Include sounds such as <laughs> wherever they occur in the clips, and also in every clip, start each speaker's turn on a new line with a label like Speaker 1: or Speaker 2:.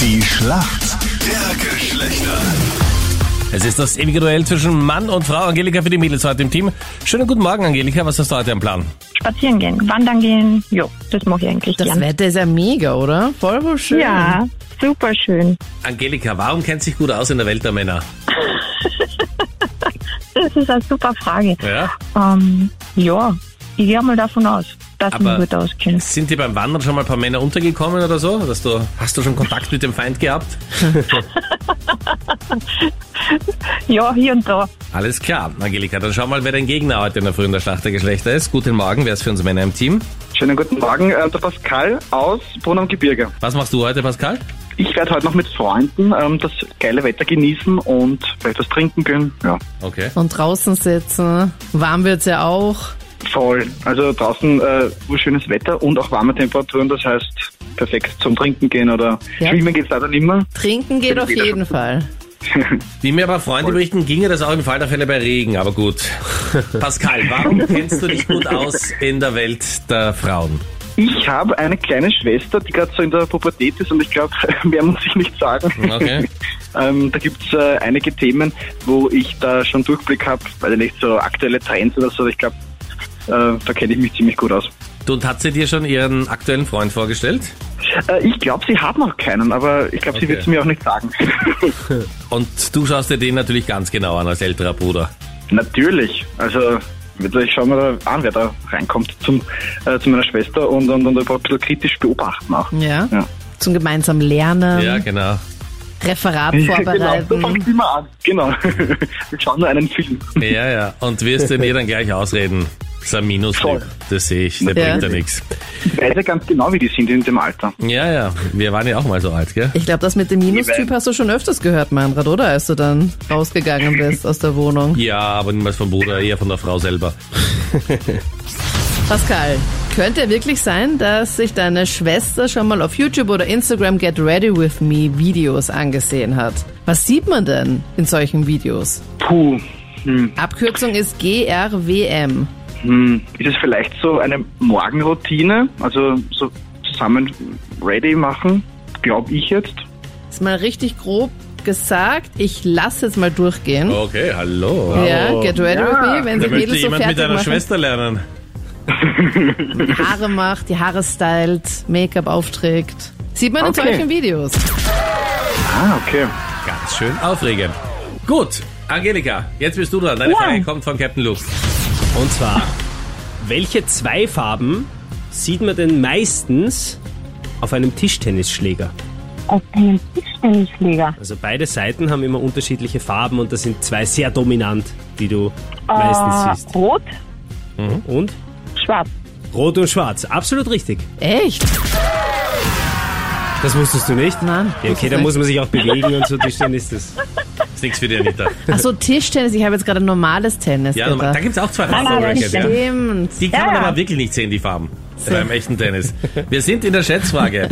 Speaker 1: Die Schlacht der Geschlechter.
Speaker 2: Es ist das ewige Duell zwischen Mann und Frau. Angelika für die Mädels heute im Team. Schönen guten Morgen, Angelika. Was hast du heute im Plan?
Speaker 3: spazieren gehen, wandern gehen. Jo, das mache ich eigentlich
Speaker 4: Das
Speaker 3: gern.
Speaker 4: Wetter ist ja mega, oder? Voll wohl schön.
Speaker 3: Ja, super schön.
Speaker 2: Angelika, warum kennt sich gut aus in der Welt der Männer?
Speaker 3: Das ist eine super Frage.
Speaker 2: Ja?
Speaker 3: Ähm, ja, ich gehe mal davon aus, dass
Speaker 2: Aber-
Speaker 3: man gut auskennt.
Speaker 2: Sind dir beim Wandern schon mal ein paar Männer untergekommen oder so? Dass du, hast du schon Kontakt mit dem Feind gehabt?
Speaker 3: Ja, hier und da.
Speaker 2: Alles klar, Angelika. Dann schau mal, wer dein Gegner heute in der frühen der Schlacht der Geschlechter ist. Guten Morgen, wer ist für uns Männer im Team?
Speaker 5: Schönen guten Morgen, äh, der Pascal aus Brunn am Gebirge.
Speaker 2: Was machst du heute, Pascal?
Speaker 5: Ich werde heute noch mit Freunden ähm, das geile Wetter genießen und vielleicht was trinken gehen. Ja,
Speaker 2: Okay.
Speaker 4: Und draußen sitzen. Warm wird's ja auch.
Speaker 5: voll. Also draußen äh, schönes Wetter und auch warme Temperaturen, das heißt perfekt zum Trinken gehen oder
Speaker 4: Ja.
Speaker 5: schwimmen geht's leider nicht mehr. <laughs>
Speaker 4: Trinken geht
Speaker 5: Bin
Speaker 4: auf
Speaker 5: wieder.
Speaker 4: jeden Fall.
Speaker 2: Wie mir aber Freunde berichten, ginge das auch im Fall der Fälle bei Regen, aber <laughs> gut. Pascal, warum kennst du dich gut aus in der Welt der Frauen?
Speaker 5: Ich habe eine kleine Schwester, die gerade so in der Pubertät ist und ich glaube, <laughs> mehr muss ich nicht sagen.
Speaker 2: Okay.
Speaker 5: <laughs> ähm, da gibt's äh, einige Themen, wo ich da schon Durchblick habe, weil nicht so aktuelle Trends oder so, ich glaube, äh, da kenne ich mich ziemlich gut aus.
Speaker 2: Du, und hat sie dir schon ihren aktuellen Freund vorgestellt?
Speaker 5: Äh, Ich glaube, sie hat noch keinen, aber ich glaube,
Speaker 2: Okay.
Speaker 5: sie wird es mir auch nicht sagen. <laughs>
Speaker 2: Und du schaust dir den natürlich ganz genau an als älterer Bruder.
Speaker 5: Natürlich. Also ich schaue mir da an, wer da reinkommt zum, äh, zu meiner Schwester und, und, und ein bisschen kritisch beobachten auch.
Speaker 4: Ja.
Speaker 5: Ja.
Speaker 4: Zum gemeinsamen Lernen,
Speaker 2: Ja, genau.
Speaker 4: Referat
Speaker 5: <laughs> genau, so
Speaker 4: vorbereiten.
Speaker 5: fängt immer an. Genau. <laughs> Wir schauen nur einen Film.
Speaker 2: Ja, ja. Und wirst den ihr dann gleich ausreden. Das ist ein Minustyp.
Speaker 5: Voll.
Speaker 2: Das sehe ich. Der
Speaker 4: Ja.
Speaker 2: bringt ja nichts.
Speaker 5: Ich weiß ja ganz genau, wie die sind in dem Alter.
Speaker 2: Ja, ja. Wir waren ja auch mal so alt, gell?
Speaker 4: ich glaube, das mit dem Minustyp hast du schon öfters gehört, Meinrad, oder? Als du dann rausgegangen bist aus der Wohnung.
Speaker 2: Ja, aber niemals vom Bruder, eher von der Frau selber.
Speaker 4: Pascal, könnte wirklich sein, dass sich deine Schwester schon mal auf YouTube oder Instagram Get Ready With Me Videos angesehen hat? Was sieht man denn in solchen Videos?
Speaker 5: Puh. Hm.
Speaker 4: Abkürzung ist GRWM.
Speaker 5: Hm. Ist es vielleicht so eine Morgenroutine? Also so zusammen ready machen? Glaube ich jetzt.
Speaker 4: Ist mal richtig grob gesagt, ich lass jetzt mal durchgehen.
Speaker 2: Okay, hallo.
Speaker 4: Ja, get ready with me, wenn
Speaker 2: Oh, Da möchte
Speaker 4: sie Mädels so
Speaker 2: jemand mit
Speaker 4: fertig
Speaker 2: deiner
Speaker 4: machen,
Speaker 2: Schwester lernen.
Speaker 4: Haare macht, die Haare stylt, Make-up aufträgt. Sieht man
Speaker 5: Okay.
Speaker 4: in solchen Videos.
Speaker 5: Ah, okay.
Speaker 2: Ganz schön aufregend. Gut, Angelika, jetzt bist du dran. Deine Frage kommt von Captain Luke.
Speaker 6: Und zwar, welche zwei Farben sieht man denn meistens auf einem Tischtennisschläger?
Speaker 7: auf einem Tischtennisschläger.
Speaker 6: Also beide Seiten haben immer unterschiedliche Farben und das sind zwei sehr dominant, die du
Speaker 4: Ah.
Speaker 3: Äh,
Speaker 6: meistens siehst.
Speaker 7: Rot,
Speaker 6: Und?
Speaker 7: schwarz.
Speaker 6: Rot und Schwarz, absolut richtig.
Speaker 4: Echt?
Speaker 6: Das wusstest du nicht?
Speaker 4: Nein,
Speaker 6: Ja,
Speaker 4: wusste
Speaker 6: okay, da
Speaker 4: ich
Speaker 6: muss man sich auch bewegen und so Tischtennis. Das.
Speaker 2: Ist nichts für dich, Anita.
Speaker 4: Ach so, Tischtennis, ich habe jetzt gerade normales Tennis
Speaker 2: Ja, da
Speaker 4: gedacht.
Speaker 2: gibt's auch zwei
Speaker 7: Nein, nein,
Speaker 2: Farben.
Speaker 7: das
Speaker 2: Ja.
Speaker 4: Stimmt.
Speaker 2: Die kann man
Speaker 7: Ja.
Speaker 2: aber wirklich nicht sehen, die Farben. Beim echten Tennis. Wir sind in der Schätzfrage.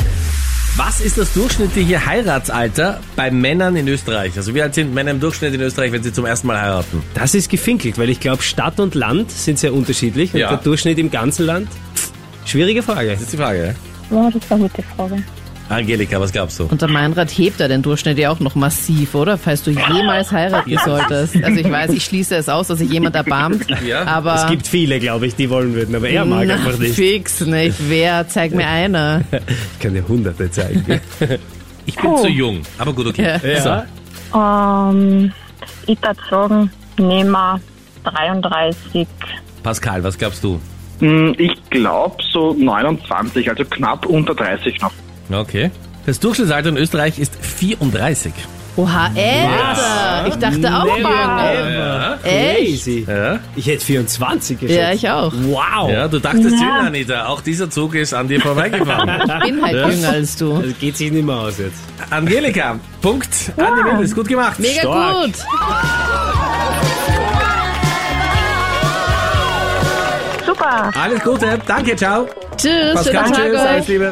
Speaker 2: Was ist das durchschnittliche Heiratsalter bei Männern in Österreich? Also wie alt sind Männer im Durchschnitt in Österreich, wenn sie zum ersten Mal heiraten?
Speaker 6: das ist gefinkelt, weil ich glaube, Stadt und Land sind sehr unterschiedlich und
Speaker 2: Ja.
Speaker 6: der Durchschnitt im ganzen Land, pff, schwierige Frage.
Speaker 2: Das ist die Frage. ja?
Speaker 7: Ja, das ist eine gute Frage.
Speaker 2: Angelika, was glaubst du?
Speaker 4: Und der Meinrad hebt da den Durchschnitt ja auch noch massiv, oder? Falls du jemals heiraten solltest. Also ich weiß, ich schließe es aus, dass sich jemand erbarmt.
Speaker 2: Ja,
Speaker 4: aber
Speaker 6: Es gibt viele, glaube ich, die wollen würden, aber er mag
Speaker 4: Na,
Speaker 6: einfach nicht.
Speaker 4: fix nicht. Wer? Zeig mir einer.
Speaker 6: Ich kann dir
Speaker 2: <laughs>
Speaker 6: hunderte zeigen.
Speaker 2: Ich bin zu jung. Aber gut, okay.
Speaker 6: ja.
Speaker 3: Ähm, ich würde sagen, nehmen wir 33.
Speaker 2: Pascal, was glaubst du?
Speaker 5: Hm, Ich glaube so 29, also knapp unter 30 noch.
Speaker 2: Okay. Das Durchschnittsalter in Österreich ist 34.
Speaker 4: Oha, älter. Ich dachte auch jünger.
Speaker 2: Ja,
Speaker 4: Echt?
Speaker 6: Crazy.
Speaker 2: ja.
Speaker 6: Ich hätte 24 geschätzt.
Speaker 4: Ja, ich auch.
Speaker 6: Wow.
Speaker 2: ja du dachtest jünger, Anita. Auch dieser Zug ist an dir
Speaker 6: <laughs>
Speaker 2: vorbeigefahren.
Speaker 4: Ich bin halt jünger als du.
Speaker 6: Das Also geht sich nicht mehr aus jetzt.
Speaker 2: Angelika, Punkt. Anne ist gut gemacht.
Speaker 4: Mega
Speaker 6: Stark.
Speaker 4: gut.
Speaker 3: Super!
Speaker 2: Alles Gute. Danke, ciao.
Speaker 4: Tschüss,
Speaker 2: Pascal,
Speaker 4: schönen Tag
Speaker 2: tschüss.
Speaker 4: euch.
Speaker 2: Alles Liebe.